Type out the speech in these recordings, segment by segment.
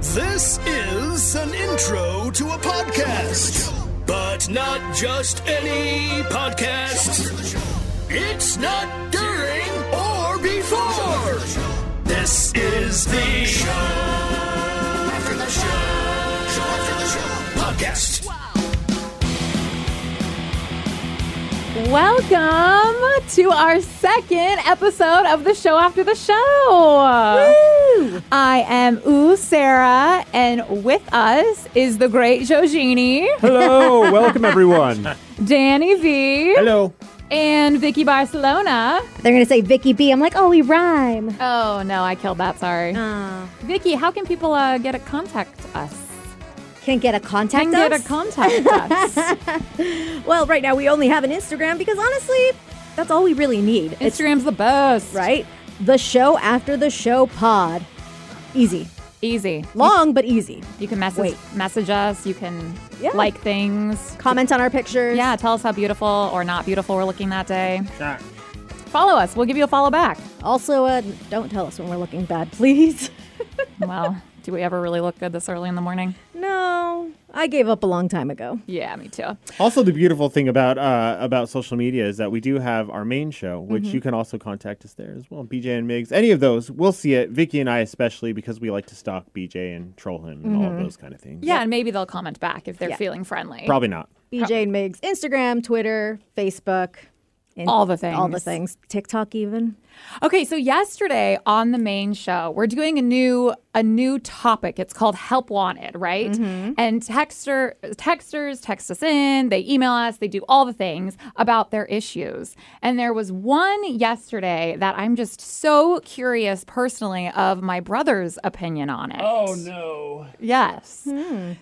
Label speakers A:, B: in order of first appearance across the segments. A: This is an intro to a podcast, but not just any podcast. It's not during or before. This is the show after the show. Show after the show. Podcast.
B: Welcome to our second episode of the show after the show. I am Ooh Sarah, and with us is the great Jojini,
C: Hello, welcome everyone.
B: Danny V,
C: Hello.
B: and Vicky Barcelona.
D: They're gonna say Vicky B. I'm like, oh, we rhyme.
B: Oh no, I killed that. Sorry,
D: Uh,
B: Vicky. How can people uh, get a contact us?
D: can get a contact.
B: Can get a
D: us?
B: contact us.
D: well, right now we only have an Instagram because honestly, that's all we really need. It's
B: Instagram's the best.
D: right. The show after the show pod, easy,
B: Easy.
D: long but easy.
B: You can message
D: Wait.
B: message us. You can
D: Yeah.
B: like things.
D: Comment on our pictures.
B: Yeah, tell us how beautiful or not beautiful we're looking that day.
C: Sure.
B: Follow us. We'll give you a follow back.
D: Also, uh, don't tell us when we're looking bad, please.
B: Well, do we ever really look good this early in the morning?
D: no, I gave up a long time ago.
B: Yeah, me too.
C: Also, the beautiful thing about uh, about social media is that we do have our main show, which you can also contact us there as well. BJ and Migs, any of those, we'll see it. Vicky and I especially because we like to stalk BJ and troll him and all of those kind of things.
B: Yeah, and maybe they'll comment back if they're
D: Yeah.
B: feeling friendly.
C: Probably not.
D: BJ and Migs, Instagram, Twitter, Facebook, and
B: All the
D: all the
B: things.
D: things, TikTok even.
B: Okay, so yesterday on the main show, we're doing a new a new topic. It's called Help Wanted, right?
A: Mm-hmm.
B: And texter texters text us in, they email us, they do all the things about their issues. And there was one yesterday that I'm just so curious personally of my brother's opinion on it.
A: Oh no. Hmm.
B: Yes.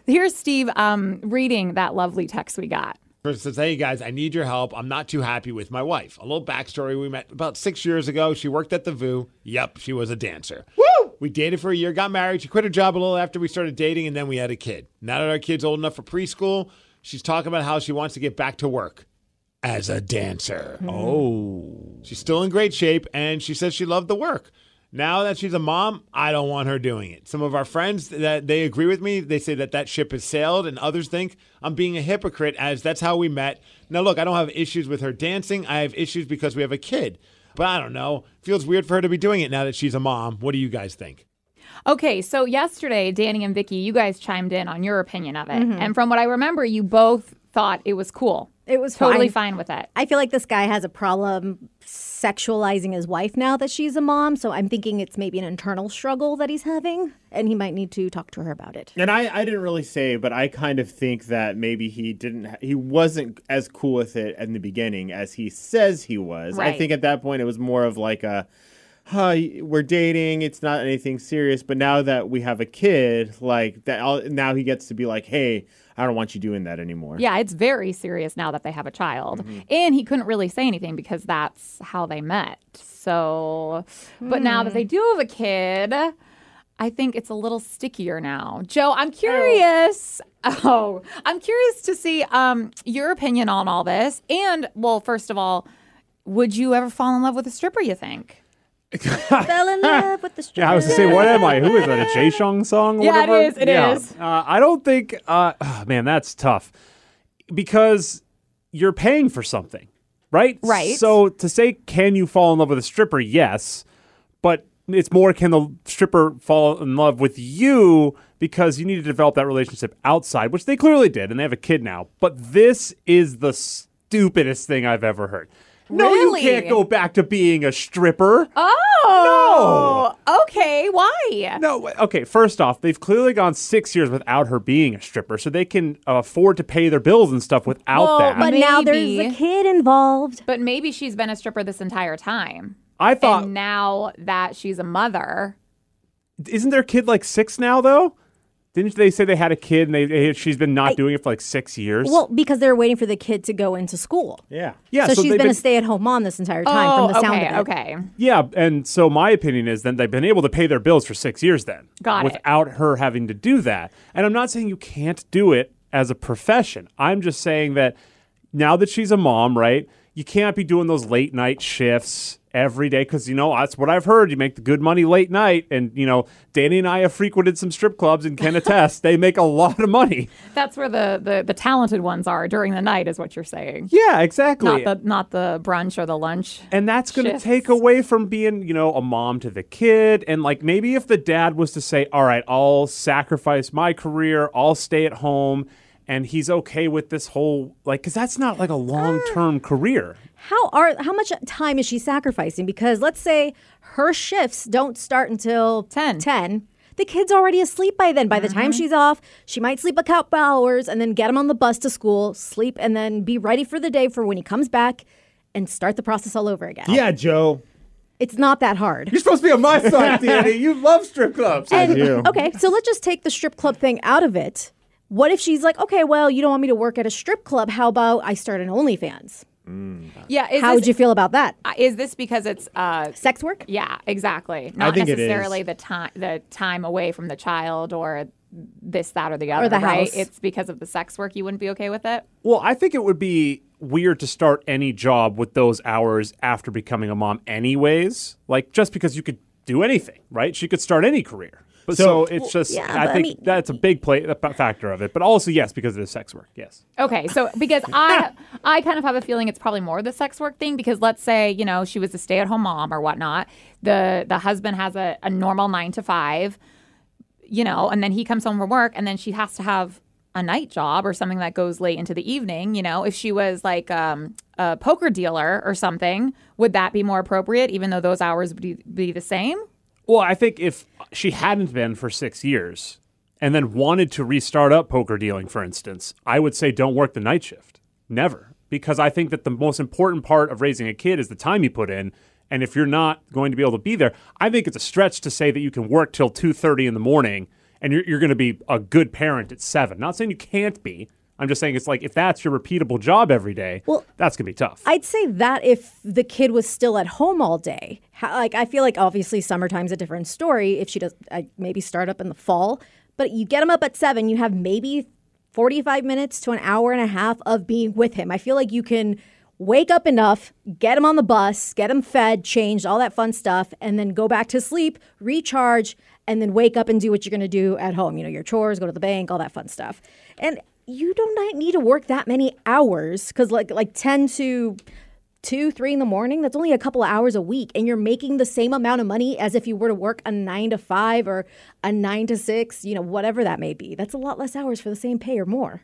B: Here's Steve um, reading that lovely text we got.
E: First, says, hey guys, I need your help. I'm not too happy with my wife. A little backstory: we met about six years ago. She worked at the VU. Yep, she was a dancer. Woo! We dated for a year, got married. She quit her job a little after we started dating, and then we had a kid. Now that our kid's old enough for preschool, she's talking about how she wants to get back to work as a dancer. Oh, she's still in great shape, and she says she loved the work. Now that she's a mom, I don't want her doing it. Some of our friends that they agree with me, they say that that ship has sailed, and others think I'm being a hypocrite as that's how we met. Now, look, I don't have issues with her dancing. I have issues because we have a kid. But I don't know. Feels weird for her to be doing it now that she's a mom. What do you guys think?
B: Okay, so yesterday, Danny and Vicky, you guys chimed in on your opinion of it. And from what I remember, you both thought it was cool.
D: Mm-hmm. It was
B: totally
D: fine.
B: fine with it.
D: I feel like this guy has a problem sexualizing his wife now that she's a mom. So I'm thinking it's maybe an internal struggle that he's having, and he might need to talk to her about it.
C: And I, I didn't really say, but I kind of think that maybe he didn't, ha- he wasn't as cool with it in the beginning as he says he was.
B: Right.
C: I think at that point it was more of like a, huh, we're dating, it's not anything serious. But now that we have a kid, like that, all, now he gets to be like, hey, I don't want you doing that anymore.
B: Yeah, it's very serious now that they have a child. And he couldn't really say anything because that's how they met. So, but now
D: Hmm.
B: that they do have a kid, I think it's a little stickier now. Joe, I'm curious. Oh, I'm curious to see um, your opinion on all this. And, well, first of all, would you ever fall in love with a stripper, you think?
D: Fell in love with the stripper.
F: Yeah, I was to say, what am I? Who is that? A Jay song? or
B: Yeah, it
F: whatever?
B: is, it is.
F: Uh, I don't think. Uh, oh, man, that's tough because you're paying for something, right?
B: Right.
F: So to say, can you fall in love with a stripper? Yes, but it's more can the stripper fall in love with you because you need to develop that relationship outside, which they clearly did, and they have a kid now. But this is the stupidest thing I've ever heard. No,
B: Really?
F: you can't go back to being a stripper.
B: Oh, okay. Why?
F: No, wait, okay. First off, they've clearly gone six years without her being a stripper, so they can afford to pay their bills and stuff without
B: Well,
F: that.
D: But now there's
B: Maybe.
D: a kid involved.
B: But maybe she's been a stripper this entire time.
F: I thought,
B: and now that she's a mother,
F: isn't their kid like six now though? Didn't they say they had a kid and they, they- she's been not doing it for like six years?
D: Well, because they're waiting for the kid to go into school.
C: Yeah.
F: yeah.
D: so, she's
F: they've
D: been, Oh, a stay-at-home mom this entire time, from the
B: Oh, okay,
D: sound of it.
B: okay.
F: yeah, and so my opinion is then they've been able to pay their bills for six years then,
B: Got it.
F: without her having to do that. And I'm not saying you can't do it as a profession. I'm just saying that now that she's a mom, right? You can't be doing those late night shifts every day because you know that's what I've heard. You make the good money late night, and you know Danny and I have frequented some strip clubs and can attest they make a lot of money.
B: That's where the, the the talented ones are during the night, is what you're saying.
F: Yeah, exactly.
B: Not the not the brunch or the lunch.
F: and that's going to
B: shifts.
F: take away from being, you know, a mom to the kid. And like maybe if the dad was to say, all right, I'll sacrifice my career, I'll stay at home. And he's okay with this whole, like, because that's not like a long term career.
D: How are how much time is she sacrificing? Because let's say her shifts don't start until
B: 10.
D: 10. The kid's already asleep by then. By the time she's off, she might sleep a couple hours and then get him on the bus to school, sleep, and then be ready for the day for when he comes back and start the process all over again.
C: Yeah, Joe.
D: It's not that hard.
F: You're supposed to be on my side, Danny. You love strip clubs.
D: And-
C: do.
D: okay, so let's just take the strip club thing out of it. What if she's like, okay, well, you don't want me to work at a strip club. How about I start an OnlyFans?
B: Yeah. Is
D: How
B: this,
D: would you feel about that?
B: is this because it's uh
D: Sex work?
B: yeah exactly not
C: think it is.
B: necessarily the time the time away from the child or this that or the other
D: the
B: right?
D: house.
B: It's because of the sex work you wouldn't be okay with it.
F: Well, I think it would be weird to start any job with those hours after becoming a mom, anyways. Like, just because you could do anything, right? She could start any career. But so,
C: So-
F: it's just,
D: yeah,
F: I
D: but I
F: think
D: mean-
F: that's a big play, a fa- factor of it. But also, yes, because of the sex work. Yes.
B: Okay, so because I I kind of have a feeling it's probably more the sex work thing because let's say you know she was a stay at home mom or whatnot. The the husband has a, a normal nine to five, you know, and then he comes home from work and then she has to have a night job or something that goes late into the evening. You know, if she was like um, a poker dealer or something, would that be more appropriate? Even though those hours would be, be the same.
F: Well, I think if she hadn't been for six years and then wanted to restart up poker dealing, for instance, I would say don't work the night shift. Never. Because I think that the most important part of raising a kid is the time you put in. And if you're not going to be able to be there, I think it's a stretch to say that you can work till 2.30 in the morning and you're, you're going to be a good parent at 7. Not saying you can't be. I'm just saying it's like if that's your repeatable job every day,
D: Well,
F: that's going to be tough.
D: I'd say that if the kid was still at home all day, how, like I feel like obviously summertime's a different story. If she does, I maybe start up in the fall, but you get him up at seven, you have maybe forty-five minutes to an hour and a half of being with him. I feel like you can wake up enough, get him on the bus, get him fed, changed, all that fun stuff, and then go back to sleep, recharge, and then wake up and do what you're going to do at home. You know, your chores, go to the bank, all that fun stuff, and you don't ni- need to work that many hours because like like 10 to 2 3 in the morning that's only a couple of hours a week and you're making the same amount of money as if you were to work a 9 to 5 or a 9 to 6 you know whatever that may be that's a lot less hours for the same pay or more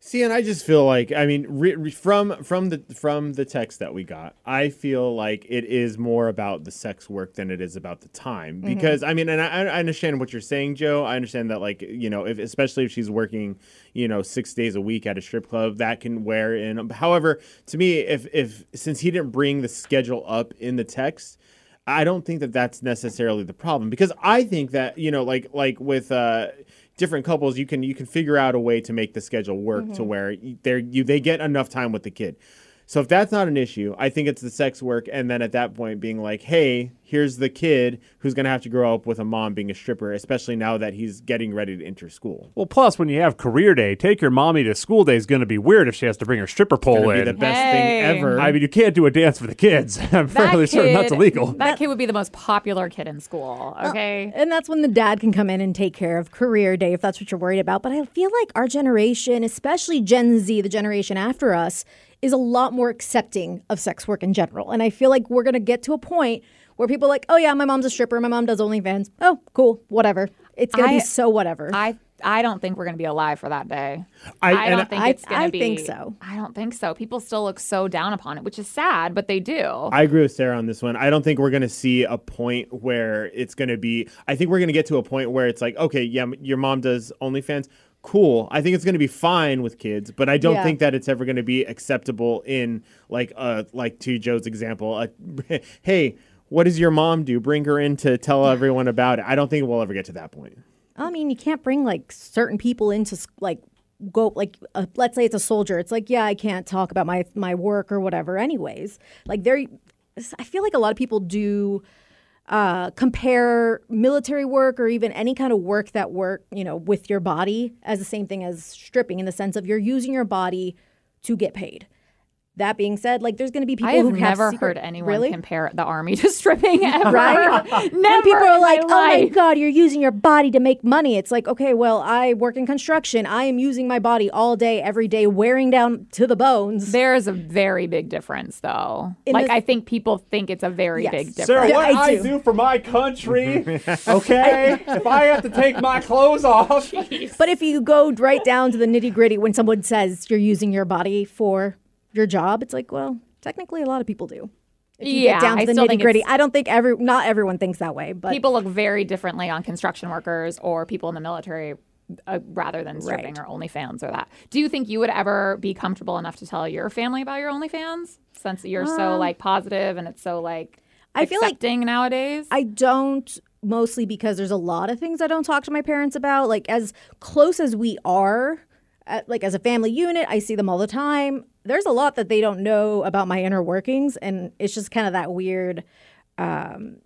C: See, and I just feel like I mean, re- re- from from the from the text that we got, I feel like it is more about the sex work than it is about the time. Because I mean, and I, I understand what you're saying, Joe. I understand that, like you know, if especially if she's working, you know, six days a week at a strip club, that can wear in. However, to me, if if since he didn't bring the schedule up in the text, I don't think that that's necessarily the problem because I think that you know, like like with uh, different couples, you can you can figure out a way to make the schedule work to where they you they get enough time with the kid. So if that's not an issue, I think it's the sex work, and then at that point being like, hey, here's the kid who's gonna have to grow up with a mom being a stripper, especially now that he's getting ready to enter school.
F: Well, plus when you have career day, take your mommy to school day is going to be weird if she has to bring her stripper
C: It's
F: pole
C: gonna
F: in.
C: be the best
B: Hey.
C: thing ever.
F: I mean, you can't do a dance for the kids. I'm
B: That
F: fairly certain that's
B: kid-
F: illegal.
B: That kid would be the most popular kid in school. Okay.
D: Uh, and that's when the dad can come in and take care of career day if that's what you're worried about but i feel like our generation especially gen z the generation after us is a lot more accepting of sex work in general and i feel like we're going to get to a point where people are like oh yeah my mom's a stripper my mom does onlyfans oh cool whatever it's going to
B: I-
D: be so whatever
B: I I don't think we're going to be alive for that day.
C: I-
B: I,
C: and I-
B: don't think
D: I-
B: it's going
D: I
B: to be.
D: think so.
B: I don't think so. People still look so down upon it, which is sad, but they do.
C: I agree with Sarah on this one. I don't think we're going to see a point where it's going to be. I think we're going to get to a point where it's like, okay, yeah, m- your mom does OnlyFans. Cool. I think it's going to be fine with kids, but I don't
D: Yeah.
C: think that it's ever going to be acceptable in like uh like to Joe's example. A, hey, what does your mom do? Bring her in to tell everyone about it. I don't think we'll ever get to that point.
D: I mean, you can't bring like certain people into s- like go like uh, let's say it's a soldier. It's like yeah, I can't talk about my my work or whatever. Anyways, like there, I feel like a lot of people do uh, compare military work or even any kind of work that work you know with your body as the same thing as stripping in the sense of you're using your body to get paid That being said, like there's going to be people
B: I have
D: who have
B: never heard
D: secret-
B: anyone
D: really?
B: compare the army to stripping ever.
D: Right?
B: Never
D: and people
B: in
D: are like,
B: my
D: "Oh my
B: life."
D: god, you're using your body to make money." It's like, okay, well, I work in construction. I am using my body all day, every day, wearing down to the bones.
B: There is a very big difference, though.
D: In
B: like
D: the-
B: I think people think it's a very
D: Yes.
B: big difference.
F: Sarah,
D: Yeah,
F: what
D: I
F: I do.
D: do.
F: for my country, okay? if I have to take my clothes off,
D: But if you go right down to the nitty gritty, when someone says you're using your body for your job, it's like, well, technically, a lot of people do. If you
B: Yeah,
D: get down
B: I
D: to the
B: still think
D: nitty gritty,
B: it's-
D: I don't think every not everyone thinks that way, but
B: people look very differently on construction workers or people in the military uh, rather than stripping
D: Right.
B: or OnlyFans or that. Do you think you would ever be comfortable enough to tell your family about your OnlyFans since you're so like positive and it's so Um, like
D: I feel like-
B: accepting nowadays?
D: I don't mostly because there's a lot of things I don't talk to my parents about. Like as close as we are, uh, like as a family unit, I see them all the time. There's a lot that they don't know about my inner workings, and it's just kind of that weird um,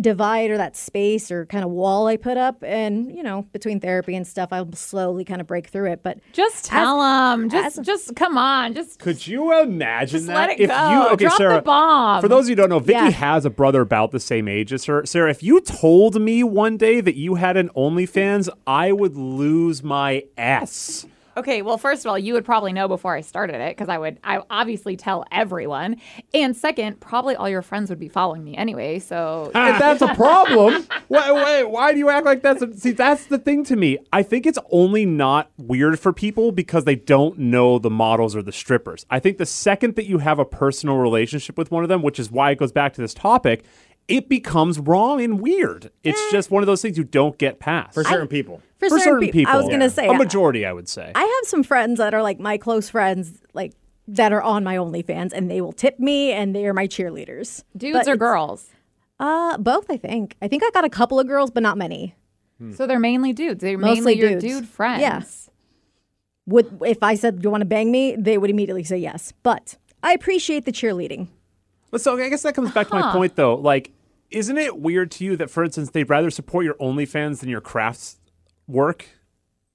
D: divide or that space or kind of wall I put up. And you know, between therapy and stuff, I'll slowly kind of break through it. But
B: just tell them. Just, just come on. Just
F: could you imagine
B: Just
F: that?
B: let it
F: if
B: go.
F: you okay,
B: Drop the
F: Sarah,
B: bomb.
F: For those of you who don't know, Vicky
D: Yeah.
F: has a brother about the same age as her. Sarah, if you told me one day that you had an OnlyFans, I would lose my ass.
B: Okay, well, first of all, you would probably know before I started it because I would I obviously tell everyone. And second, probably all your friends would be following me anyway. So
F: if that's a problem, why, why, why do you act like that's a, see? That's the thing to me. I think it's only not weird for people because they don't know the models or the strippers. I think the second that you have a personal relationship with one of them, which is why it goes back to this topic, it becomes wrong and weird. It's just one of those things you don't get past
C: for certain people.
D: for,
F: For certain
D: pe-
F: people.
D: I was
F: Yeah.
D: gonna say
F: a
D: I-
F: majority, I would say.
D: I have some friends that are like my close friends, like that are on my OnlyFans, and they will tip me, and they are my cheerleaders.
B: dudes
D: But
B: or
D: it's-
B: girls?
D: Uh, both, I think. I think I got a couple of girls, but not many.
B: So they're mainly dudes. They're
D: Mostly
B: mainly your
D: dudes.
B: dude friends.
D: Yeah. Would if I said you want to bang me, they would immediately say yes. But I appreciate the cheerleading.
F: But so I guess that comes back to
D: Uh-huh.
F: my point though. Like, isn't it weird to you that, for instance, they'd rather support your OnlyFans than your crafts work?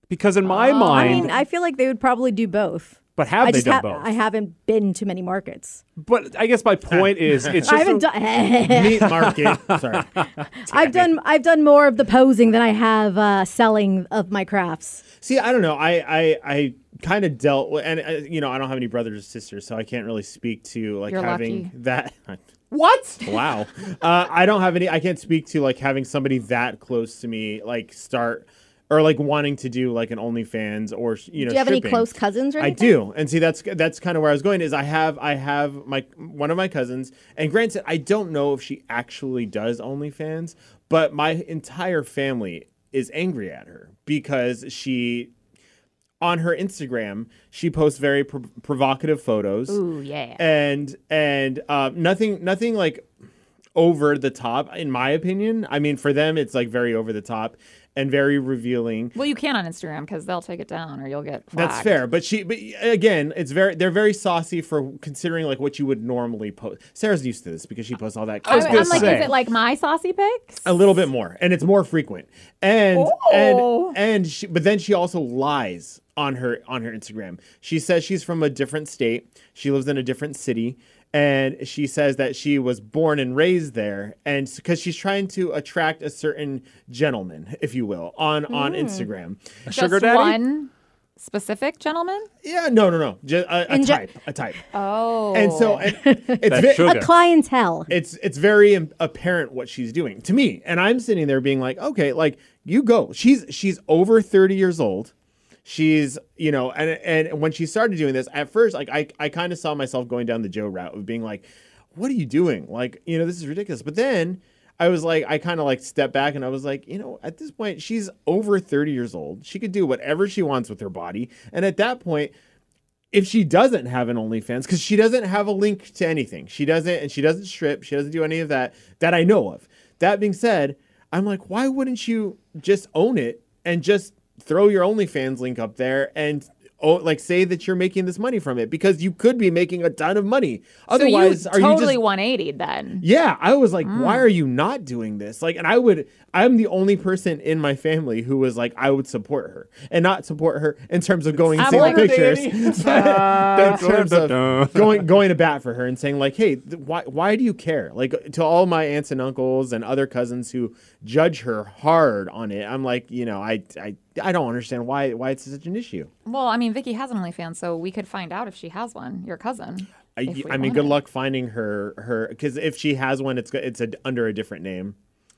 F: Because in my
D: Uh, I
F: mind,
D: mean, I feel like they would probably do both.
F: but have
D: I
F: they
D: just
F: done
D: ha-
F: both?
D: I haven't been to many markets.
F: but I guess my point is, it's just
D: I haven't
F: a-
D: done.
C: Meat market. Sorry.
D: I've done. I've done more of the posing than I have uh, selling of my crafts.
C: See, I don't know. I I, I kind of dealt with, and uh, you know, I don't have any brothers or sisters, so I can't really speak to like
B: You're
C: having
B: lucky.
C: that.
F: what?
C: wow. Uh, I don't have any. I can't speak to like having somebody that close to me like start or like wanting to do like an OnlyFans or you know.
D: Do you have any
C: stripping.
D: close cousins or
C: I
D: anything?
C: do, and see that's that's kind of where I was going. Is I have I have my one of my cousins, and granted, I don't know if she actually does OnlyFans, but my entire family is angry at her because she. On her Instagram, she posts very prov provocative photos
B: Ooh yeah.
C: and and uh, nothing nothing like over the top in my opinion i mean for them it's like very over the top and very revealing
B: well, you can on Instagram because they'll take it down or you'll get. Flagged.
C: that's fair but she but again it's very they're very saucy for considering like what you would normally post sarah's used to this because she posts all that
B: Uh, I
C: crap.
F: gonna
B: am like,
F: say.
B: is it like my saucy pics?
C: a little bit more and it's more frequent and
B: Oh.
C: and and she, but then she also lies on her on her instagram she says she's from a different state she lives in a different city and she says that she was born and raised there and because she's trying to attract a certain gentleman if you will on on
B: Hmm.
C: instagram
F: Sugar
B: Just
F: daddy?
B: one specific gentleman.
C: yeah no no no just a, a
D: And ge-
C: type a type
B: Oh.
C: and so and it's
F: That's
C: ve-
F: sugar.
D: A clientele.
C: it's it's very im- apparent what she's doing to me and i'm sitting there being like okay like you go she's she's over 30 years old she's you know and and when she started doing this at first like i i kind of saw myself going down the joe route of being like what are you doing like you know this is ridiculous but then i was like i kind of like stepped back and i was like you know at this point she's over 30 years old she could do whatever she wants with her body and at that point if she doesn't have an OnlyFans, because she doesn't have a link to anything, she doesn't, and she doesn't strip, she doesn't do any of that that I know of. That being said, I'm like, why wouldn't you just own it and just throw your OnlyFans link up there and oh, like say that you're making this money from it because you could be making a ton of money.
B: So
C: Otherwise,
B: you
C: are you
B: totally
C: just
B: 180 then.
C: yeah, I was like,
B: Mm.
C: why are you not doing this? Like, and I would, I'm the only person in my family who was like, I would support her and not support her in terms of going and
B: I'm
C: seeing
B: like- Uh,
C: the pictures, but in terms
F: Dun-dun-dun.
C: of going going to bat for her and saying like, hey, th- why why do you care? Like to all my aunts and uncles and other cousins who judge her hard on it, I'm like, you know, I I, I don't understand why why it's such an issue.
B: Well, I mean, Vicky has an OnlyFans, so we could find out if she has one. Your cousin.
C: I,
B: if we
C: I mean,
B: wanted.
C: good luck finding her her because if she has one, it's go- it's a, under a different name.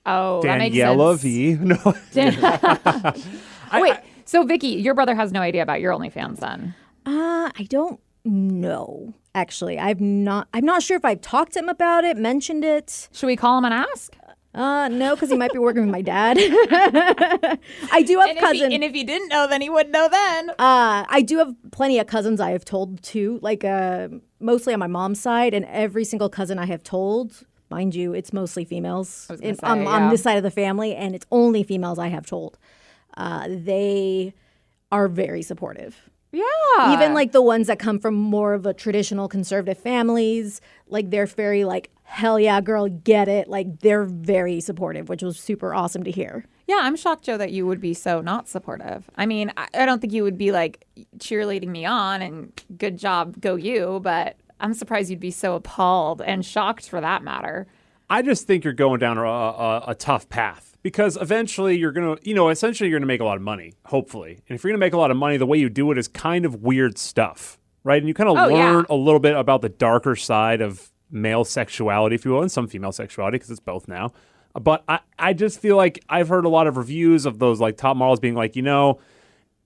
B: Oh, that makes
F: Daniela
B: sense.
F: V. No.
B: Wait, so Vicky, your brother has no idea about your OnlyFans then?
D: Uh, I don't know. Actually, I've not. I'm not sure if I've talked to him about it, mentioned it.
B: Should we call him and ask?
D: Uh, no, because he might be working with my dad. I do have
B: And if, he,
D: cousins.
B: and if he didn't know, then he would know then.
D: Uh, I do have plenty of cousins I have told to, like uh, mostly on my mom's side, and every single cousin I have told, mind you, it's mostly females
B: gonna
D: in-
B: say,
D: on,
B: yeah.
D: on this side of the family, and it's only females I have told. Uh, they are very supportive.
B: yeah.
D: Even like the ones that come from more of a traditional conservative families, like they're very like, hell yeah, girl, get it. Like they're very supportive, which was super awesome to hear.
B: Yeah, I'm shocked, Joe, that you would be so not supportive. I mean, I, I don't think you would be like cheerleading me on and good job, go you, but I'm surprised you'd be so appalled and shocked for that matter.
F: I just think you're going down a, a, a tough path because eventually you're going to, you know, essentially you're going to make a lot of money, hopefully. And if you're going to make a lot of money, the way you do it is kind of weird stuff, right? And you kind of
B: Oh, yeah.
F: learn a little bit about the darker side of male sexuality, if you will, and some female sexuality because it's both now. But I, I just feel like I've heard a lot of reviews of those like top models being like, you know,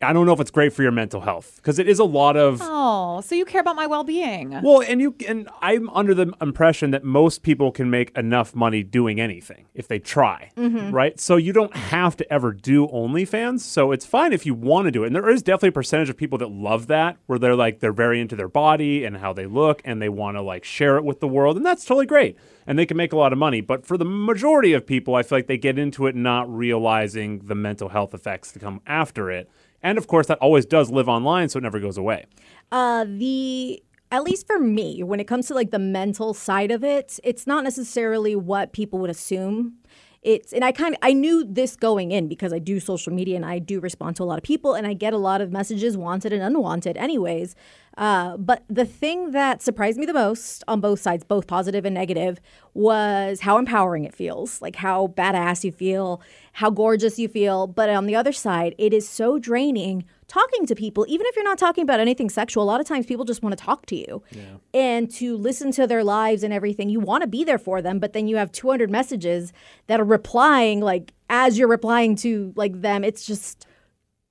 F: I don't know if it's great for your mental health because it is a lot of.
B: Oh, so you care about my well being.
F: Well, and you and I'm under the impression that most people can make enough money doing anything if they try, right? So you don't have to ever do OnlyFans. So it's fine if you want to do it. And there is definitely a percentage of people that love that, where they're like they're very into their body and how they look, and they want to like share it with the world, and that's totally great. And they can make a lot of money. But for the majority of people, I feel like they get into it not realizing the mental health effects that come after it. And of course, that always does live online, so it never goes away.
D: uh, the at least for me when it comes to like the mental side of it it's not necessarily what people would assume it's and i kind of i knew this going in because i do social media and i do respond to a lot of people and i get a lot of messages wanted and unwanted anyways uh, but the thing that surprised me the most on both sides both positive and negative was how empowering it feels like how badass you feel how gorgeous you feel but on the other side it is so draining talking to people, even if you're not talking about anything sexual, a lot of times people just want to talk to you and to listen to their lives and everything. You want to be there for them, but then you have 200 messages that are replying, like as you're replying to like them. It's just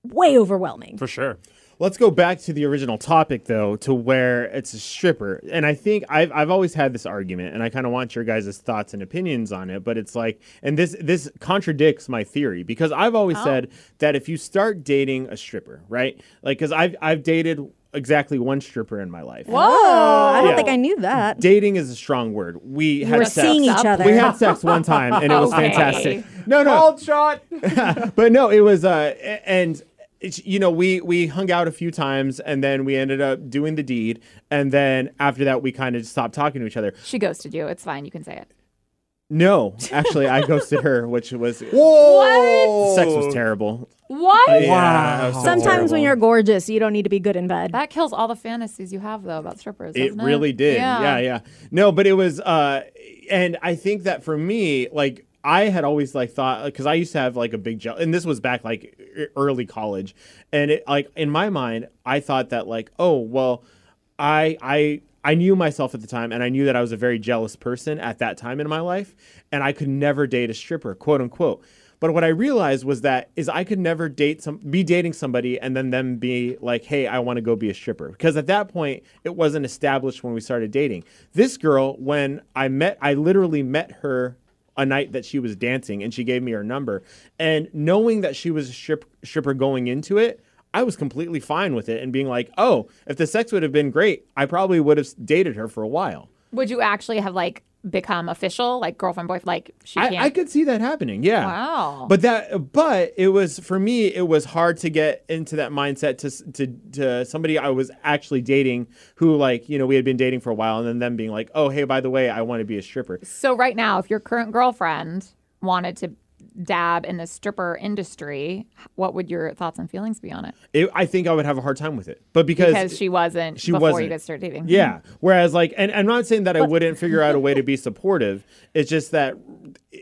D: way overwhelming.
F: For sure.
C: Let's go back to the original topic, though, to where it's a stripper. And I think I've, I've always had this argument, and I kind of want your guys' thoughts and opinions on it. But it's like, and this this contradicts my theory because I've always
D: Oh.
C: said that if you start dating a stripper, right? Like, because I've I've dated exactly one stripper in my life.
D: Oh, I don't
C: Yeah.
D: think I knew that.
C: Dating is a strong word. We had
D: We're
C: sex.
D: seeing each
B: Up.
D: other.
C: We had sex one time, and it was
B: Okay.
C: fantastic. No, no,
E: shot.
C: but no, it was uh a- and it's, you know we we hung out a few times and then we ended up doing the deed and then after that we kind of stopped talking to each other.
B: She ghosted you. It's fine. You can say it.
C: No, actually I ghosted her, which was
E: Whoa.
C: sex was terrible.
B: What?
C: Yeah, it was so
D: Sometimes when
C: terrible.
D: you're gorgeous, you don't need to be good in bed.
B: That kills all the fantasies you have, though, about strippers.
C: it
B: doesn't
C: really did.
B: Yeah.
C: yeah, yeah. No, but it was uh and I think that for me like I had always like thought because I used to have like a big jeal and this was back like e- early college, and it like in my mind I thought that like oh well, I I I knew myself at the time and I knew that I was a very jealous person at that time in my life, and I could never date a stripper quote unquote. But what I realized was that is I could never date some be dating somebody and then them be like, "Hey, I want to go be a stripper." Because at that point, it wasn't established when we started dating. This girl when I met I literally met her a night that she was dancing and she gave me her number and knowing that she was a strip, stripper going into it i was completely fine with it and being like oh if the sex would have been great i probably would have dated her for a while
B: Would you actually have like become official, like girlfriend, boyfriend. Like she
C: I,
B: can't.
C: I could see that happening. Yeah.
B: Wow.
C: But that, but it was for me. It was hard to get into that mindset to s- to to somebody I was actually dating, who like you know we had been dating for a while, and then them being like, oh hey, by the way, I want to be a stripper.
B: So right now, if your current girlfriend wanted to dab in the stripper industry, what would your thoughts and feelings be on it?
C: It, I think I would have a hard time with it, but because,
B: Because she wasn't
C: she
B: before you
C: wasn't.
B: guys started dating.
C: Yeah. Whereas, like, and I'm not saying that I wouldn't figure out a way to be supportive. It's just that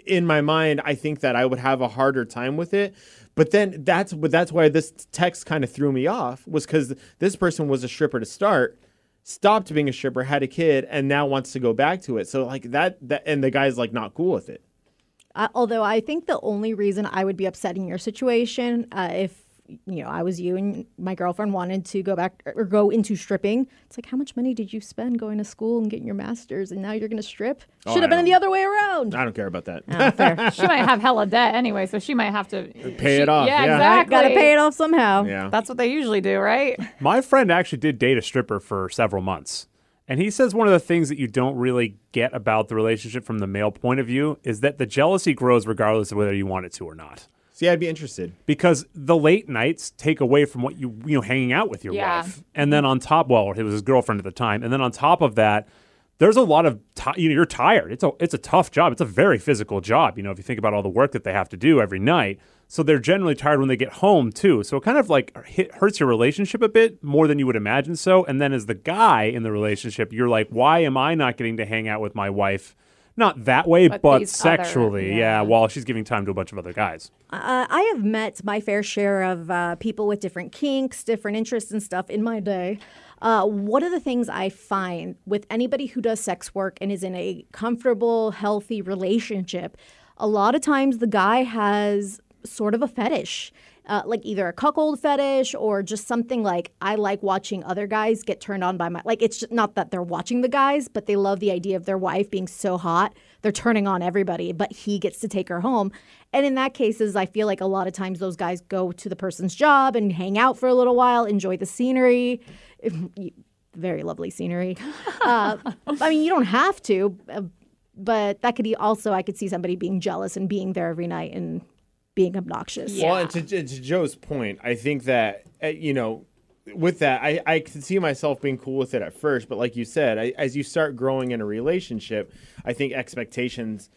C: in my mind, I think that I would have a harder time with it. But then that's but that's why this text kind of threw me off was because this person was a stripper to start, stopped being a stripper, had a kid, and now wants to go back to it. So like that that and the guy's like not cool with it.
D: I, although I think the only reason I would be upset in your situation, uh, if you know I was you and my girlfriend wanted to go back or go into stripping, it's like how much money did you spend going to school and getting your master's, and now you're going to strip? Should
C: Oh, I
D: have been
C: know.
D: the other way around.
C: I don't care about that.
B: She might have hella debt anyway, so she might have to
C: Pay it off,
B: Yeah,
C: yeah.
B: exactly.
D: Got to pay it off somehow.
C: yeah.
B: That's what they usually do, right?
F: My friend actually did date a stripper for several months. And he says one of the things that you don't really get about the relationship from the male point of view is that the jealousy grows regardless of whether you want it to or not.
C: See, I'd be interested.
F: Because the late nights take away from what you you know hanging out with your
B: Yeah.
F: wife. And then on top, well, it was his girlfriend at the time. And then on top of that, there's a lot of ti you know you're tired. It's a it's a tough job. It's a very physical job. You know if you think about all the work that they have to do every night. So they're generally tired when they get home too. So it kind of like hit, hurts your relationship a bit more than you would imagine. So and then as the guy in the relationship, you're like, why am I not getting to hang out with my wife? Not that way, but,
B: But these other-
F: sexually, yeah.
B: yeah.
F: While she's giving time to a bunch of other guys.
D: Uh, I have met my fair share of uh, people with different kinks, different interests, and stuff in my day. Uh, one of the things I find with anybody who does sex work and is in a comfortable, healthy relationship, a lot of times the guy has sort of a fetish. Uh, like either a cuckold fetish or just something like I like watching other guys get turned on by my like it's just not that they're watching the guys but they love the idea of their wife being so hot they're turning on everybody but he gets to take her home and in that case is I feel like a lot of times those guys go to the person's job and hang out for a little while enjoy the scenery very lovely scenery uh, I mean you don't have to uh, but that could be also I could see somebody being jealous and being there every night and being obnoxious
C: Well, and to, to to Joe's point, I think that uh, you know, with that, I I could see myself being cool with it at first, but like you said, I, as you start growing in a relationship, I think expectations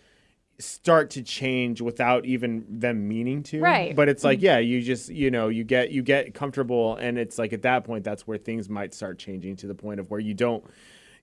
C: start to change without even them meaning to.
B: Right.
C: But it's like, yeah, you just you know, you get you get comfortable, and it's like at that point, that's where things might start changing to the point of where you don't.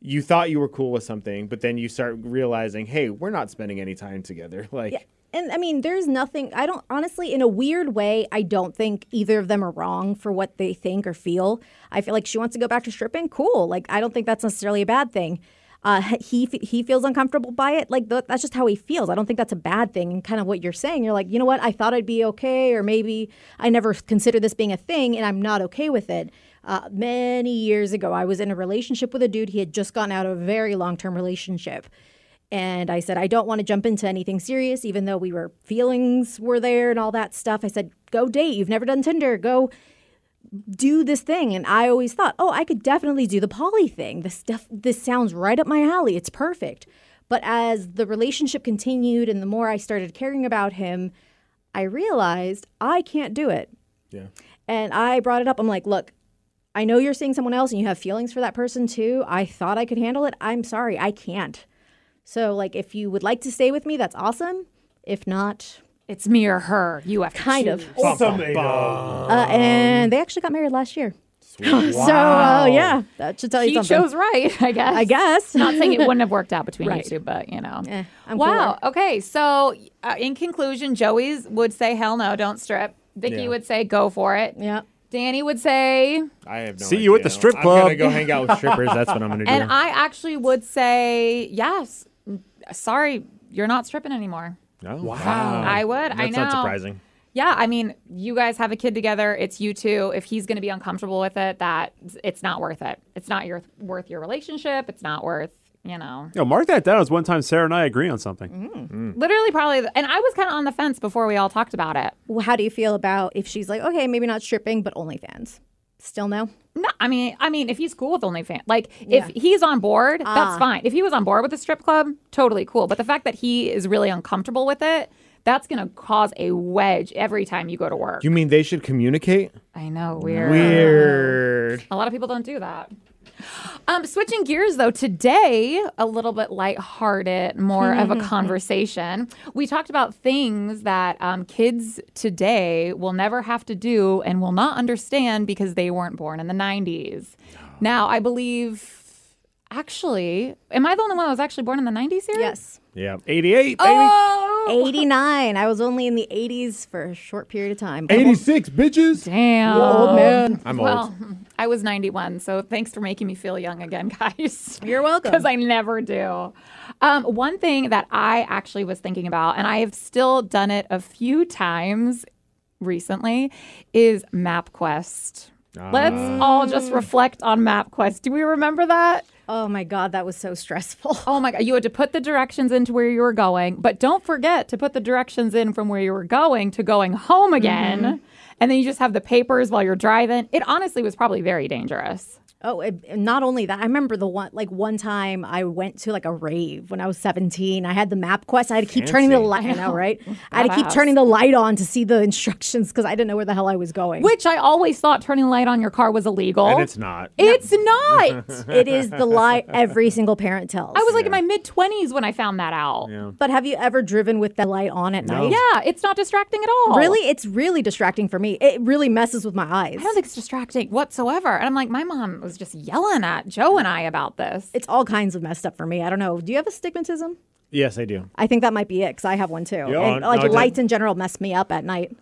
C: You thought you were cool with something, but then you start realizing, hey, we're not spending any time together. Like,
D: and I mean, there's nothing. I don't honestly, in a weird way, I don't think either of them are wrong for what they think or feel. I feel like she wants to go back to stripping. Cool. Like I don't think that's necessarily a bad thing. Uh, he f- he feels uncomfortable by it. Like th- that's just how he feels. I don't think that's a bad thing. And kind of what you're saying, you're like, you know what? I thought I'd be okay, or maybe I never considered this being a thing, and I'm not okay with it. Uh, many years ago, I was in a relationship with a dude. He had just gotten out of a very long term relationship. And I said, I don't want to jump into anything serious, even though we were feelings were there and all that stuff. I said, go date. You've never done Tinder. Go do this thing. And I always thought, oh, I could definitely do the poly thing. This stuff, this sounds right up my alley. It's perfect. But as the relationship continued and the more I started caring about him, I realized I can't do it.
C: yeah.
D: And I brought it up. I'm like, look, I know you're seeing someone else and you have feelings for that person too. I thought I could handle it. I'm sorry, I can't. So, like, if you would like to stay with me, that's awesome. If not,
B: It's me or her. You have to
D: kind
B: choose.
D: of. Uh, and they actually got married last year. so, uh, yeah, that should tell
B: He
D: you something.
B: chose right, I guess.
D: I guess.
B: Not saying it wouldn't have worked out between
D: Right.
B: you two, but you know.
D: Eh, I'm
B: wow. Okay. So, uh, in conclusion, Joey's would say, "Hell no, don't strip." Vicky
C: Yeah.
B: would say, "Go for it."
D: yeah.
B: Danny would say,
C: I have no
F: See you at the
C: idea.
F: strip
C: I'm
F: club.
C: gonna go hang out with strippers. That's what I'm gonna do.
B: and I actually would say, "Yes, sorry, you're not stripping anymore."
C: oh,
B: Wow. I would.
C: That's
B: I know.
C: not surprising.
B: Yeah, I mean, you guys have a kid together. It's you two. If he's going to be uncomfortable with it, that it's not worth it. It's not your worth your relationship. It's not worth you know.
F: You know, mark that down as one time Sarah and I agree on something.
B: Mm-hmm.
C: Hmm.
B: Literally, probably. And I was kind of on the fence before we all talked about it.
D: Well, how do you feel about if she's like, okay, maybe not stripping, but OnlyFans? Still no?
B: No, I mean, I mean, if he's cool with OnlyFans, like
D: Yeah.
B: if he's on board, that's fine. If he was on board with the strip club, totally cool. But the fact that he is really uncomfortable with it, that's gonna cause a wedge every time you go to work.
C: You mean they should communicate?
B: I know, weird.
C: Weird.
B: A lot of people don't do that. Um, switching gears though, today a little bit lighthearted, more of a conversation. We talked about things that um, kids today will never have to do and will not understand because they weren't born in the '90s.
D: Oh.
B: Now, I believe, actually, am I the only one that was actually born in the '90s here?
D: Yes.
C: Yeah.
F: 88, baby.
B: Oh,
D: 89. I was only in the 80s for a short period of time.
C: 86 bitches.
B: damn,
D: Old man.
C: I'm
B: Well,
C: old.
B: I was 91, so thanks for making me feel young again, guys.
D: You're welcome.
B: Because I never do. Um, one thing that I actually was thinking about, and I have still done it a few times recently, is MapQuest. Let's
C: Ah.
B: all just reflect on MapQuest. Do we remember that?
D: Oh my God, that was so stressful.
B: Oh my God, you had to put the directions into where you were going, but don't forget to put the directions in from where you were going to going home again.
C: Mm-hmm.
B: And then you just have the papers while you're driving. It honestly was probably very dangerous.
D: Oh, it, not only that, I remember the one like one time I went to like a rave when I was 17. I had the map quest. I had to keep turning the
C: Fancy.
D: light. I know, right? I had to keep
B: Badass.
D: turning the light on to see the instructions because I didn't know where the hell I was going.
B: Which I always thought turning the light on your car was illegal.
C: And it's not.
B: It's not.
D: It is the lie every single parent tells.
B: I was like in my mid 20s when I found that out. Yeah.
D: but have you ever driven with the light on at night?
B: it's not distracting at all.
D: Really, it's really distracting for me. It really messes with my eyes.
B: I don't think it's distracting whatsoever. And I'm like, my mom was just yelling at Joe and I about this.
D: It's all kinds of messed up for me. I don't know. Do you have astigmatism?
C: yes, I do.
D: I think that might be it because I have one too. and,
C: no,
D: like
C: I did.
D: lights in general mess me up at night.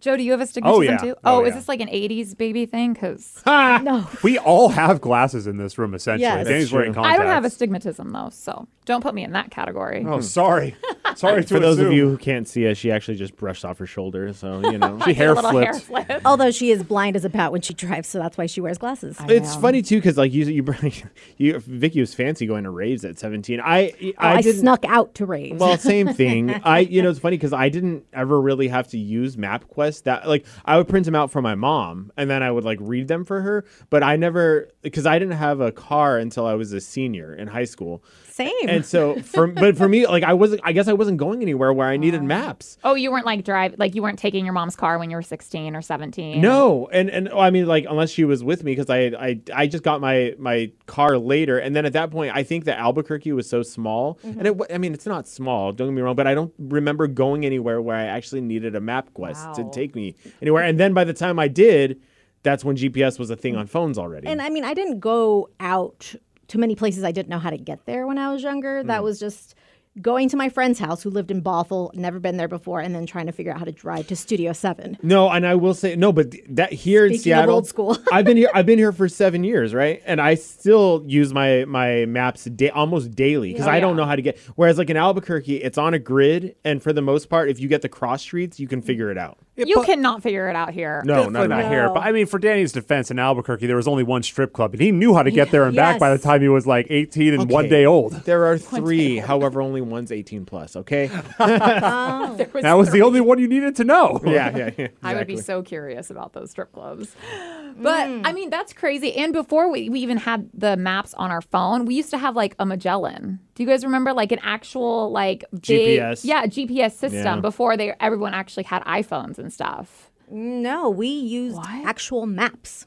B: Joe, do you have astigmatism
F: yeah.
B: too?
F: Oh,
B: Oh,
F: yeah.
B: is this like an 80s baby thing? Because
D: No.
F: Oh. We all have glasses in this room, essentially.
D: Yes.
F: Danny's
C: That's
F: wearing
C: true.
F: contacts.
B: I don't have astigmatism though, so don't put me in that category.
F: Oh, sorry. Sorry to
C: For those of
F: assume.
C: you who can't see us, she actually just brushed off her shoulder. So, you know.
F: She hair
B: Little
F: flipped.
B: hair flip.
D: Although she is blind as a bat when she drives, so that's why she wears glasses.
C: It's funny too because like you, you, bring- you, Vicky was fancy going to raves at seventeen. I,
B: Oh,
C: I,
D: I,
C: didn't.
D: snuck out to raves.
C: well, same thing. I, you know, it's funny because I didn't ever really have to use MapQuest. That like I would print them out for my mom, and then I would like read them for her. But I never because I didn't have a car until I was a senior in high school.
D: Same.
C: And so, for but for me, like I wasn't. I guess I wasn't going anywhere where I needed maps.
B: Oh, you weren't like drive, like you weren't taking your mom's car when you were 16 or 17.
C: No, and and oh, I mean like unless she was with me because I I I just got my my car later, and then at that point I think that Albuquerque was so small, and it wa- I mean it's not small, don't get me wrong, but I don't remember going anywhere where I actually needed a map quest to
B: Wow.
C: take me anywhere, and then by the time I did, that's when GPS was a thing on phones already.
D: And I mean, I didn't go out to many places I didn't know how to get there when I was younger.
C: Hmm.
D: That was just going to my friend's house who lived in Bothell, never been there before, and then trying to figure out how to drive to Studio 7.
C: No, and I will say no, but th- that here in
D: Speaking of
C: Seattle,
D: old school.
C: I've been here. I've been here for seven years, right? And I still use my my maps da- almost daily because I don't know how to get. Whereas like in Albuquerque, it's on a grid, and for the most part, if you get the cross streets, you can figure it out.
B: You cannot figure it out here.
C: No, no,
F: Definitely
C: no.
F: not here. But I mean, for Danny's defense, in Albuquerque, there was only one strip club, and he knew how to get there and back by the
D: Yes.
F: time he was like 18 and one
C: Okay.
F: day old.
C: There are three, however, only one's eighteen plus. Okay.
F: That was the only one you needed to know.
C: yeah, yeah, yeah.
B: I would be so curious about those strip clubs. But I mean, that's crazy. And before we, we even had the maps on our phone, we used to have like a Magellan. Do you guys remember like an actual like big,
C: GPS.
B: Yeah, GPS system
C: Yeah.
B: before they everyone actually had iPhones and stuff.
D: No, we used
B: What?
D: actual maps.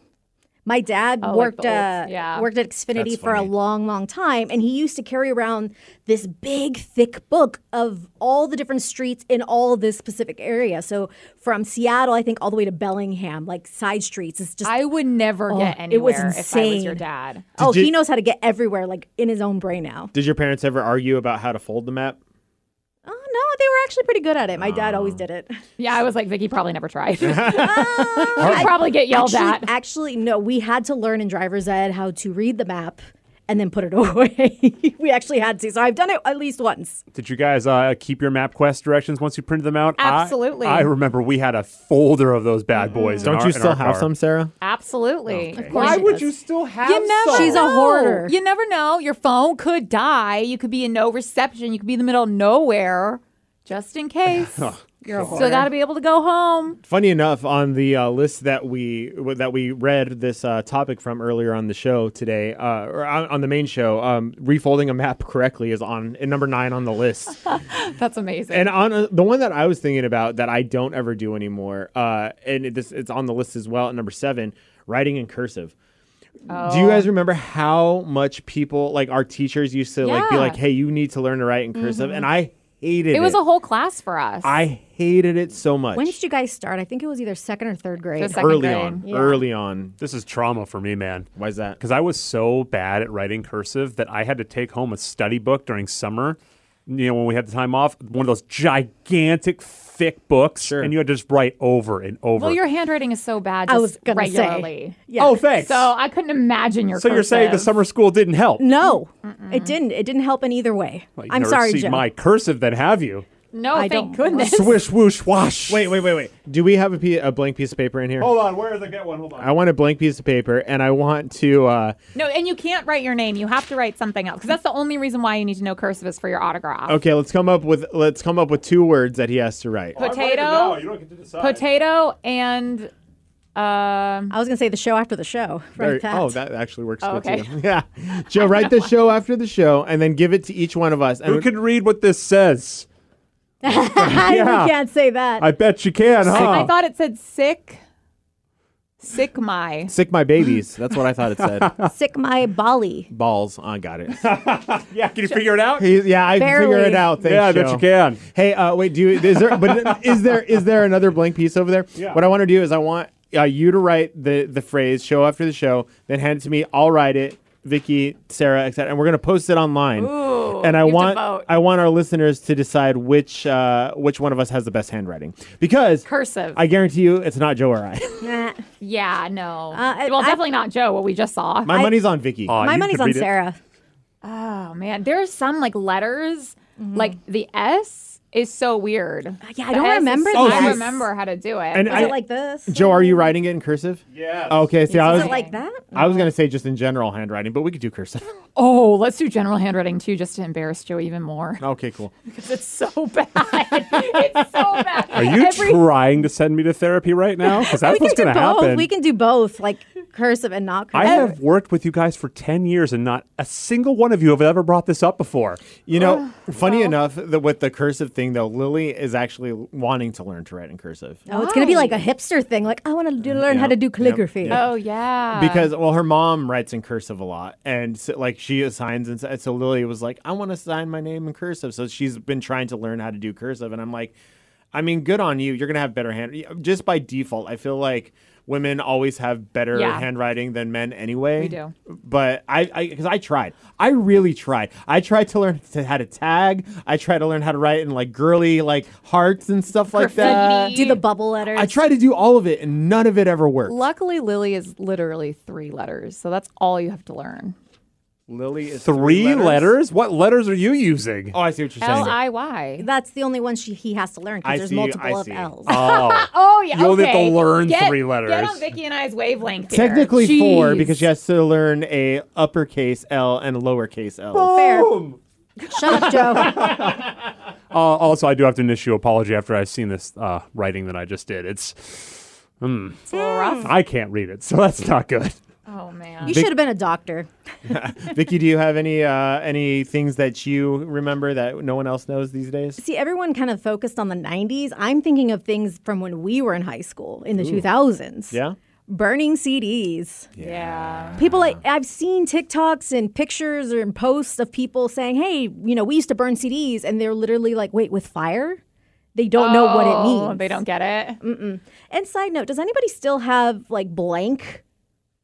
D: My dad
B: like
D: worked
B: the old-
D: uh,
B: yeah.
D: worked at Xfinity
C: That's
D: for a
C: funny.
D: long, long time, and he used to carry around this big, thick book of all the different streets in all this specific area. So from Seattle, I think, all the way to Bellingham, like side streets. It's just
B: I would never get
D: it
B: anywhere
D: was
B: if I Oh, was your
D: insane.
B: dad.
D: oh,
C: Did you-
D: he knows how to get everywhere, like in his own brain now.
C: Did your parents ever argue about how to fold the map?
D: Oh no, they were actually pretty good at it. My dad always
C: Ah.
D: did it.
B: Yeah, I was like Vicky probably never tried. I'd
D: Ah, I-
B: probably get yelled
D: actually,
B: at.
D: actually, no, we had to learn in driver's ed how to read the map and then put it away. we actually had to. So I've done it at least once.
F: Did you guys uh, keep your MapQuest directions once you printed them out? I-
B: Absolutely. Mm-hmm.
F: I, remember we had a folder of those bad boys. in
C: Don't
F: our-
C: you
F: in
C: still
F: our
C: have
F: car.
C: some, Sarah?
B: Absolutely.
D: Of course she does.
F: still have
B: You never
D: She's a
B: know.
D: hoarder.
B: You never know. Your phone could
F: Oh,
B: die. You could be in no reception. You could be in the middle of nowhere. Just in case.
D: You're
B: Still
D: a hoarder.
B: got to be able to go home.
C: Funny enough, on the uh, list that we that we read this uh, topic from earlier on the show today, uh, or on, on the main show, um, refolding a map correctly is on in number nine on the list.
B: That's amazing.
C: and on uh, the one that I was thinking about that I don't ever do anymore, uh, and it, this it's on the list as well at number seven, writing in cursive. Do you guys remember how much people like our teachers used to like be
B: Yeah.
C: like, "Hey, you need to learn to write in cursive," and I hated it.
B: it was a whole class for us.
C: I hated it so much.
D: When did you guys start? I think it was either second or third grade.
B: Just second
C: early
B: grade.
C: on,
D: Yeah.
C: early on.
F: This is trauma for me, man.
C: Why is that?
F: Because I was so bad at writing cursive that I had to take home a study book during summer. You know, when we had the time off, one of those gigantic, thick books,
C: Sure.
F: and you had to just write over and over.
B: Well, your handwriting is so bad. Just
D: I was gonna
B: regularly.
D: say. Yeah. uh,
F: Oh, thanks.
B: So I couldn't imagine your.
F: So you're saying the
B: cursive.
F: summer school didn't help?
D: no, it didn't. It didn't help in either way.
F: Well, you've
D: I'm
F: never
D: sorry,
F: seen
D: Joe.
F: my cursive, then have you?
B: No,
D: I
B: Oh, thank
D: don't-
B: goodness.
F: Swish, whoosh, wash.
C: Wait, wait, wait, wait. Do we have a, pe- a blank piece of paper in here?
F: Hold on. Where is I get one? Hold on.
C: I want a blank piece of paper, and I want to. Uh,
B: No, and you can't write your name. You have to write something else because that's the only reason why you need to know cursive is for your autograph.
C: okay, let's come up with let's come up with two words that he has to write.
B: Put- writing potato? now, you
F: don't get to decide.
B: Potato and um.
D: I was gonna say the show after the show.
C: Very-
D: Right? That.
C: oh, that actually works
B: Oh,
C: good
B: okay.
C: too. Yeah, Joe, write the show after the show, and then give it to each one of us. And
F: Who can read what this says?
D: we can't say that.
F: I bet you can, huh?
C: Oh.
B: I thought it said sick. Sick my.
C: sick my babies? That's what I thought it said.
D: Sick my Bali.
C: Balls. Oh, I got it.
F: yeah, can you figure it out?
C: He's- yeah, I can figure
D: Barely.
C: it out. Thanks,
F: yeah, I bet
C: Joe.
F: you can.
C: Hey, uh, wait. Do you, is there? But is there is there another blank piece over there?
F: Yeah.
C: What I want to do is I want uh, you to write the the phrase "show after the show," then hand it to me. I'll write it, Vicky, Sarah, etc. And we're gonna post it online. Ooh, and I
B: you have to
C: want
B: vote.
C: I want our listeners to decide which uh, which one of us has the best handwriting because
B: Cursive.
C: I guarantee you it's not Joe or I.
D: Nah.
B: yeah, no.
D: I-
B: well,
D: I-
B: definitely not Joe. What we just saw.
C: My money's on Vicky.
F: Aw,
D: My
F: you
D: money's
F: could
D: on
F: read it.
D: Sarah.
B: oh man, there's some like letters, like the S is so weird.
D: yeah, I
B: The
D: don't
B: S is-
D: remember
B: Mm-hmm. Uh, I
D: that.
B: remember how to do it.
C: Oh, And
B: but
D: Is
C: I-
D: it like this?
C: Joe, are you writing it in cursive?
F: Yes.
C: Okay. See, I
D: Is
C: was
D: it like that?
C: I was gonna say just in general handwriting, but we could do cursive.
B: Oh, let's do general handwriting too, just to embarrass Joe even more.
C: okay, cool.
B: Because it's so bad. it's so bad.
F: Are you trying to send me to therapy right now? Because that's
D: We can
F: what's
D: do
F: going
D: both.
F: to happen.
D: We can do both, like cursive and not cursive.
F: I have worked with you guys for 10 years and not a single one of you have ever brought this up before.
C: You know, funny enough, the, with the cursive thing though, Lily is actually wanting to learn to write in cursive
D: Oh, it's gonna be like a hipster thing. Like I want to do, learn how
C: Yep,
D: to do
C: Mm, yep,
D: calligraphy.
C: yep.
B: Oh yeah.
C: because, well, her mom writes in cursive a lot, and so, like she assigns, and so- so Lily was like, "I want to sign my name in cursive," so she's been trying to learn how to do cursive, and I'm like, "I mean, good on you. You're gonna have better hand just by default. I feel like." Women always have better
B: Yeah.
C: handwriting than men, anyway.
B: We do.
C: but I, I, because I tried, I really tried. I tried to learn to, how to tag. I tried to learn how to write in like girly, like hearts and stuff like that.
B: Graffiti.
D: Uh, Do the bubble letters.
C: I tried to do all of it, and none of it ever worked.
B: Luckily, Lily is literally three letters, so that's all you have to learn.
C: Lily is
F: Three letters? Uh, What letters are you using?
C: Oh, I see what you're saying.
B: L I Y.
D: That's the only one she, he has to learn
C: I
D: because there's
C: see,
D: multiple
C: I
D: of
C: see.
D: L's.
F: Oh.
B: Oh yeah.
F: You only have to
B: okay.
F: learn
B: Get-
F: three
B: Get
F: letters.
B: on Vicky and I's wavelength. Here.
C: Technically four
B: Jeez.
C: because she has to learn a uppercase L and lowercase L.
D: Fair.
F: Boom.
D: Shut up, Joe.
F: Uh, also, I do have to issue apology after I've seen this uh, writing that I just did. It's hmm.
B: It's a little rough.
F: I can't read it, so that's not good.
B: Oh man.
D: You should have been a doctor.
C: Vicky, do you have any uh, any things that you remember that no one else knows these days?
D: See, everyone kind of focused on the 90s. I'm thinking of things from when we were in high school in the 2000s.
C: Yeah.
D: Burning CDs.
B: yeah.
D: People like
C: Ah.
D: I've seen TikToks and pictures or in posts of people saying, "Hey, you know, we used to burn CDs," and they're literally like, "Wait, with fire?" They don't know what it
B: Oh,
D: means.
B: They don't get it.
D: And side note, does anybody still have like blank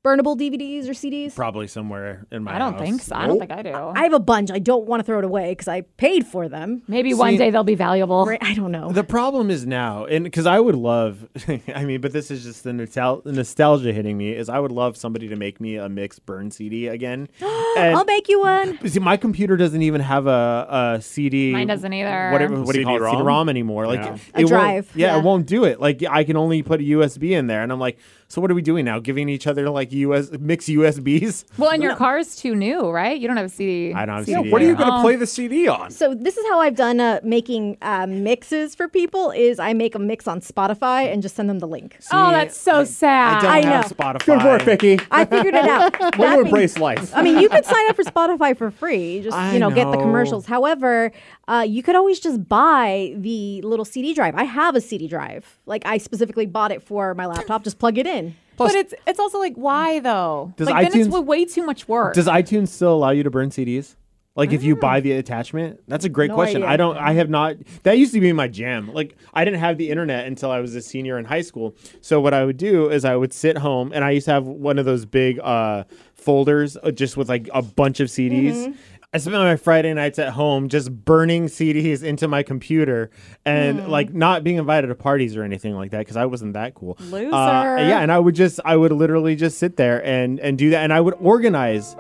D: burnable DVDs or CDs?
C: Probably somewhere in my
B: I don't think so. I don't think I do.
D: I have a bunch. I don't want to throw it away because I paid for them.
B: Maybe one day they'll be valuable.
D: Right? I don't know.
C: The problem is now, and because I would love, I mean, but this is just the nostal- nostalgia hitting me. Is I would love somebody to make me a mixed burn CD again. And-
D: I'll make you one.
C: See, my computer doesn't even have a, a CD.
B: Mine doesn't either.
C: Whatever, what do you call it?
F: CD-ROM?
C: CD-ROM anymore. Like
F: Yeah.
C: it
D: A drive,
C: Won't, yeah,
D: yeah.
C: it won't do it. Like I can only put a USB in there, and I'm like, So what are we doing now? Giving each other like US mixed USBs?
B: Well, and your car's too new, right? You don't have a CD.
C: I don't have a
B: CD.
C: CD.
F: What are you going to
B: Oh.
F: play the CD on?
D: So this is how I've done uh, making uh, mixes for people. Is I make a mix on Spotify and just send them the link.
B: Oh, that's so sad.
C: I don't
D: I
C: have
D: know.
C: Spotify.
F: Good work, Vicky.
D: I figured it out.
F: Way
D: That
F: to
D: being-
F: embrace
B: Uh,
F: life.
D: I mean, you could sign up for Spotify for free. Just
C: I
D: you know, get the
C: know.
D: commercials. However, uh, you could always just buy the little CD drive. I have a CD drive. Like I specifically bought it for my laptop. Just plug it in.
B: but it's it's also like why though?
C: Does
B: like then it's
C: iTunes-
B: w- way too much work.
C: Does iTunes still allow you to burn CDs? Like if you buy the attachment? That's a great
D: Mm. No
C: question.
D: idea.
C: I don't I have not that used to be my jam. Like I didn't have the internet until I was a senior in high school. So what I would do is I would sit home and I used to have one of those big uh folders uh, just with like a bunch of CDs.
D: Mm-hmm.
C: I spent my Friday nights at home just burning CDs into my computer and
D: Mm.
C: like not being invited to parties or anything like that because I wasn't that cool. Uh,
B: Loser.
C: yeah, and I would just I would literally just sit there and and do that and I would organize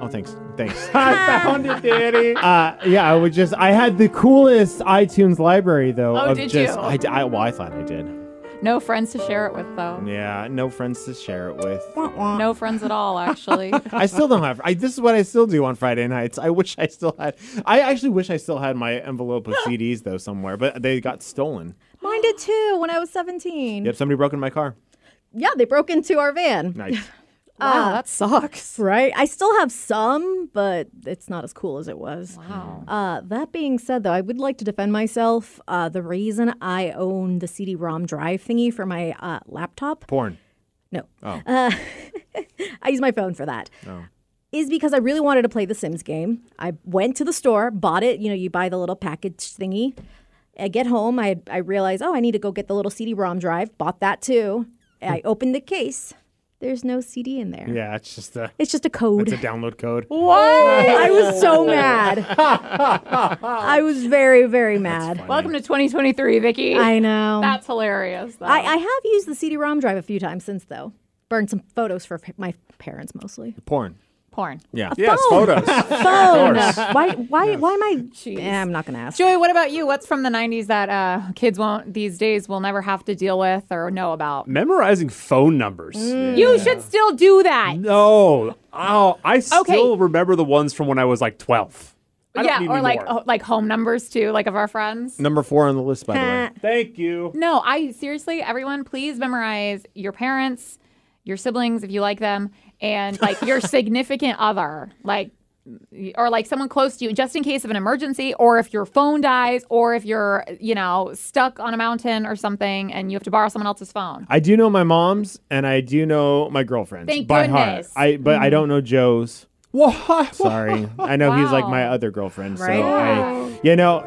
C: Oh, thanks. Thanks. I found it, Danny. Uh, yeah, I would just, I had the coolest iTunes library, though.
B: Oh,
C: of
B: did
C: just,
B: you?
C: I, d- I- well, I thought I did.
B: no friends to share it with though.
C: Yeah, no friends to share it with.
B: No friends at all, actually.
C: I still don't have, I, this is what I still do on Friday nights. I wish I still had, I actually wish I still had my envelope of CDs, though, somewhere, but they got stolen.
D: Mine did too when I was seventeen.
C: Yep, somebody broke into my car.
D: Yeah, they broke into our van.
C: Nice.
B: wow, that sucks.
D: Right. I still have some, but it's not as cool as it was.
B: Wow.
D: Uh, that being said, though, I would like to defend myself. Uh, the reason I own the CD-ROM drive thingy for my uh, laptop,
C: Porn.
D: no,
C: Oh.
D: uh, I use my phone for that. Is because I really wanted to play the Sims game. I went to the store, bought it. You know, you buy the little package thingy. I get home, I I realize, oh, I need to go get the little CD-ROM drive. Bought that too. I opened the case. There's no CD in there.
C: Hmm. Yeah, it's just a,
D: It's just a code.
C: it's a download code.
B: What?
D: I was so mad. I was very, very mad.
B: Welcome to 2023, Vicky.
D: I know.
B: That's hilarious. Though.
D: I, I have used the CD-ROM drive a few times since, though. Burned some photos for p- my parents mostly.
C: Porn.
B: Porn.
C: Yeah.
F: Yes,
D: phone.
F: photos.
D: Phone. Why? Why? Why am I?
B: Jeez.
D: Eh, I'm not gonna ask.
B: Joey, what about you? What's from the 90s that uh, kids won't these days will never have to deal with or know about?
F: Memorizing phone numbers.
B: You should still do that.
F: No. Oh, I still remember the ones from when I was like 12. I don't
B: yeah,
F: need
B: or
F: any
B: like
F: more.
B: oh, like home numbers too, like of our friends.
C: Number four on the list, by the way.
D: Eh,
F: Thank you.
B: No, I seriously, everyone, please memorize your parents, your siblings if you like them, and like your significant other, like or like someone close to you, just in case of an emergency, or if your phone dies, or if you're you know stuck on a mountain or something, and you have to borrow someone else's phone.
C: I do know my mom's and I do know my girlfriend's
B: Thank
C: by
B: goodness.
C: heart. I but I don't know Joe's.
F: What?
C: Sorry, I know he's like
B: Wow.
C: my other girlfriend. So
D: Right.
C: I, you know,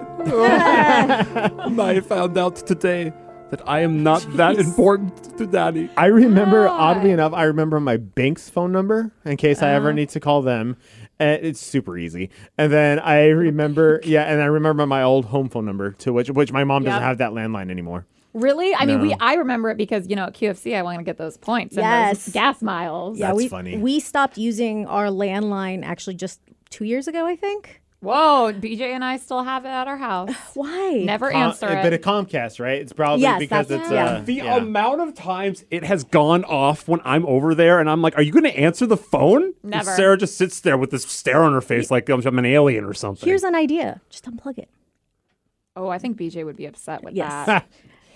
F: I found out today that I am not that important to daddy.
C: I remember
B: God.
C: oddly enough, I remember my bank's phone number in case I
B: Uh-huh.
C: ever need to call them. And it's super easy. And then I remember, yeah, and I remember my old home phone number to which which my mom doesn't
B: Yep.
C: have that landline anymore.
B: Really? I mean, we I remember it because you know at QFC I want to get those points and
D: Yes.
B: those gas miles.
D: yeah,
C: That's
D: we
C: funny.
D: we stopped using our landline actually just two years ago, I think.
B: Whoa, BJ and I still have it at our house.
D: Why?
B: Never
C: Com-
B: answer
C: Uh, But a
B: it.
C: Comcast, right? It's probably
D: Yes,
C: because
D: that's-
C: it's
D: yeah.
C: uh,
F: The
C: yeah.
F: amount of times it has gone off when I'm over there and I'm like, are you going to answer the phone? And
B: Never.
F: Sarah just sits there with this stare on her face like I'm I'm an alien or something.
D: Here's an idea. Just unplug it.
B: Oh, I think BJ would be upset with
D: Yes.
B: that.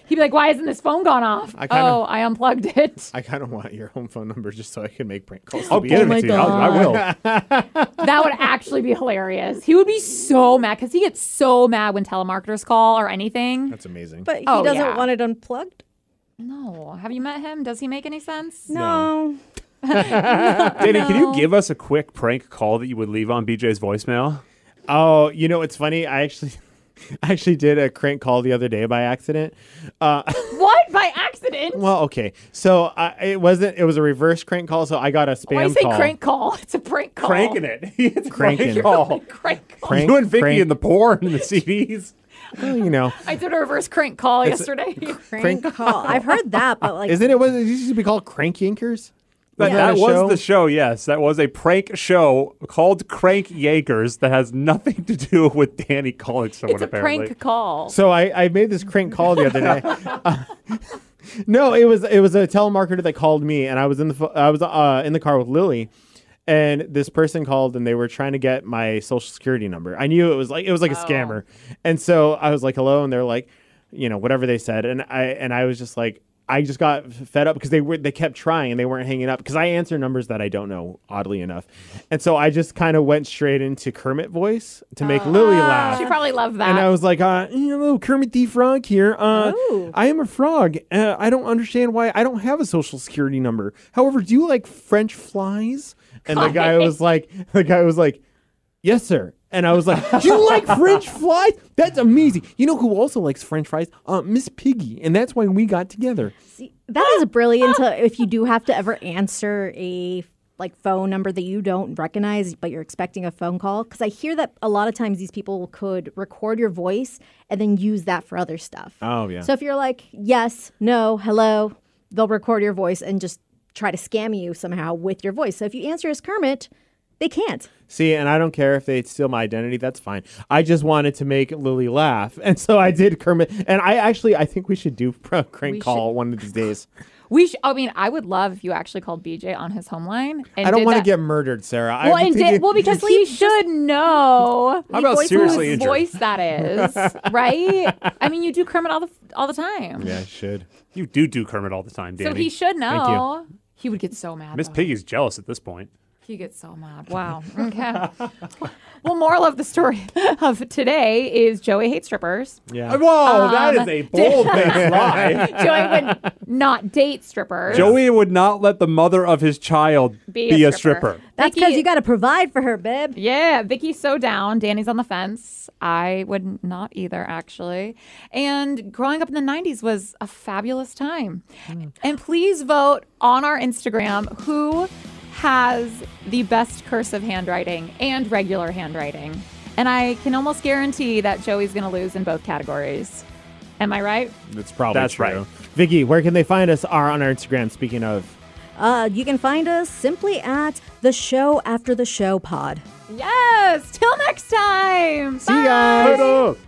B: He'd be like, "Why isn't this phone gone off?"
C: I kinda-
B: oh, I unplugged it.
C: I kind of want your home phone number just so I can make prank calls. to
F: I'll
C: be
F: give
C: honest.
D: my
F: it to you. I'll- I will.
B: that would actually be hilarious. He would be so mad because he gets so mad when telemarketers call or anything.
C: That's amazing.
D: But he
B: Oh,
D: doesn't
B: yeah.
D: want it unplugged.
B: No, have you met him? Does he make any sense?
D: No.
F: Danny, can you give us a quick prank call that you would leave on BJ's voicemail?
C: Oh, you know it's funny. I actually, I actually did a crank call the other day by accident. Uh,
B: What by accident?
C: well, okay, so I, it wasn't. It was a reverse crank call, so I got a spam
B: Why you say
C: call.
B: crank call? It's a prank call.
F: Cranking it. it's a
C: Cranking.
F: Crank call.
B: Crank call.
C: Crank,
F: You and Vicky
C: crank.
F: and the porn and the CDs.
C: Well, you know,
B: I did a reverse crank call yesterday.
D: Prank call. I've heard that, but like,
C: isn't it? Was it used to be called crank yankers?
F: That,
C: Wasn't
F: that
C: a
F: was
C: show?
F: the show, yes. That was a prank show called Crank Yankers that has nothing to do with Danny calling someone,
B: it's a
F: apparently.
B: prank call.
C: So I, I made this crank call the other day. Uh, No, it was it was a telemarketer that called me, and I was in the pho- I was uh, in the car with Lily, and this person called, and they were trying to get my social security number. I knew it was like it was like a scammer, and so I was like, "Hello," and they're like, you know, whatever they said, and I and I was just like. I just got f- fed up because they were they kept trying and they weren't hanging up because I answer numbers that I don't know oddly enough, and so I just kind of went straight into Kermit voice to make Lily laugh.
B: She probably loved that.
C: And I was like, uh, hello, Kermit the Frog here. Uh,
B: Oh.
C: I am a frog. Uh, I don't understand why I don't have a social security number. However, do you like French flies? And the guy was like, the guy was like, yes, sir. And I was like, you like French flies? That's amazing. You know who also likes French fries? Uh, Miss Piggy. And that's why we got together.
D: See, that is brilliant. to- if you do have to ever answer a like phone number that you don't recognize, but you're expecting a phone call, because I hear that a lot of times these people could record your voice and then use that for other stuff.
C: Oh, yeah.
D: So if you're like yes, no, hello, they'll record your voice and just try to scam you somehow with your voice. So if you answer as Kermit, they can't.
C: See, and I don't care if they steal my identity. That's fine. I just wanted to make Lily laugh, and so I did Kermit. And I actually, I think we should do a crank
B: We
C: call one of these days.
B: we sh- I mean, I would love if you actually called BJ on his home line. And
C: I don't
B: want
C: want to get murdered, Sarah.
B: Well,
C: I'm
B: and
C: thinking-
B: did, well, because he should know
F: How about
D: voice
F: seriously
B: whose
F: injured?
B: voice that is, right? I mean, you do Kermit all the all the time,
C: yeah, I should.
F: You do do Kermit all the time, Danny.
B: so he should know. He would get so mad.
F: Miss
B: though.
F: Piggy's jealous at this point.
B: He gets so mad. Wow. Okay. well, moral of the story of today is Joey hates strippers.
C: Yeah.
F: Whoa, that is a bold faced lie.
B: Joey would not date strippers.
F: Joey would not let the mother of his child be a, stripper.
D: That's because you got to provide for her, babe.
B: Yeah, Vicky's so down. Danny's on the fence. I would not either, actually. And growing up in the 90s was a fabulous time.
F: Mm.
B: And please vote on our Instagram who has the best cursive handwriting and regular handwriting. And I can almost guarantee that Joey's going to lose in both categories. Am I right?
C: That's probably
F: That's
C: true.
F: right.
C: Vicky, where can they find us? Are on our Instagram. Speaking of,
D: Uh, you can find us simply at the show after the show pod.
B: Yes. Till next time.
C: see you guys.